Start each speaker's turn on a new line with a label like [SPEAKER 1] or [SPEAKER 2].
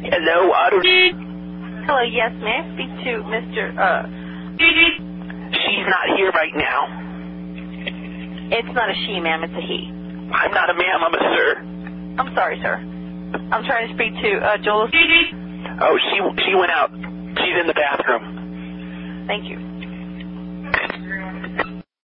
[SPEAKER 1] Hello, Auto.
[SPEAKER 2] Hello, yes, may I speak to Mr. Uh,
[SPEAKER 1] She's not here right now.
[SPEAKER 2] it's not a she, ma'am, it's a he.
[SPEAKER 1] I'm not a ma'am, I'm a sir.
[SPEAKER 2] I'm sorry, sir. I'm trying to speak to uh, Joel.
[SPEAKER 1] Oh, she she went out. She's in the bathroom.
[SPEAKER 2] Thank you.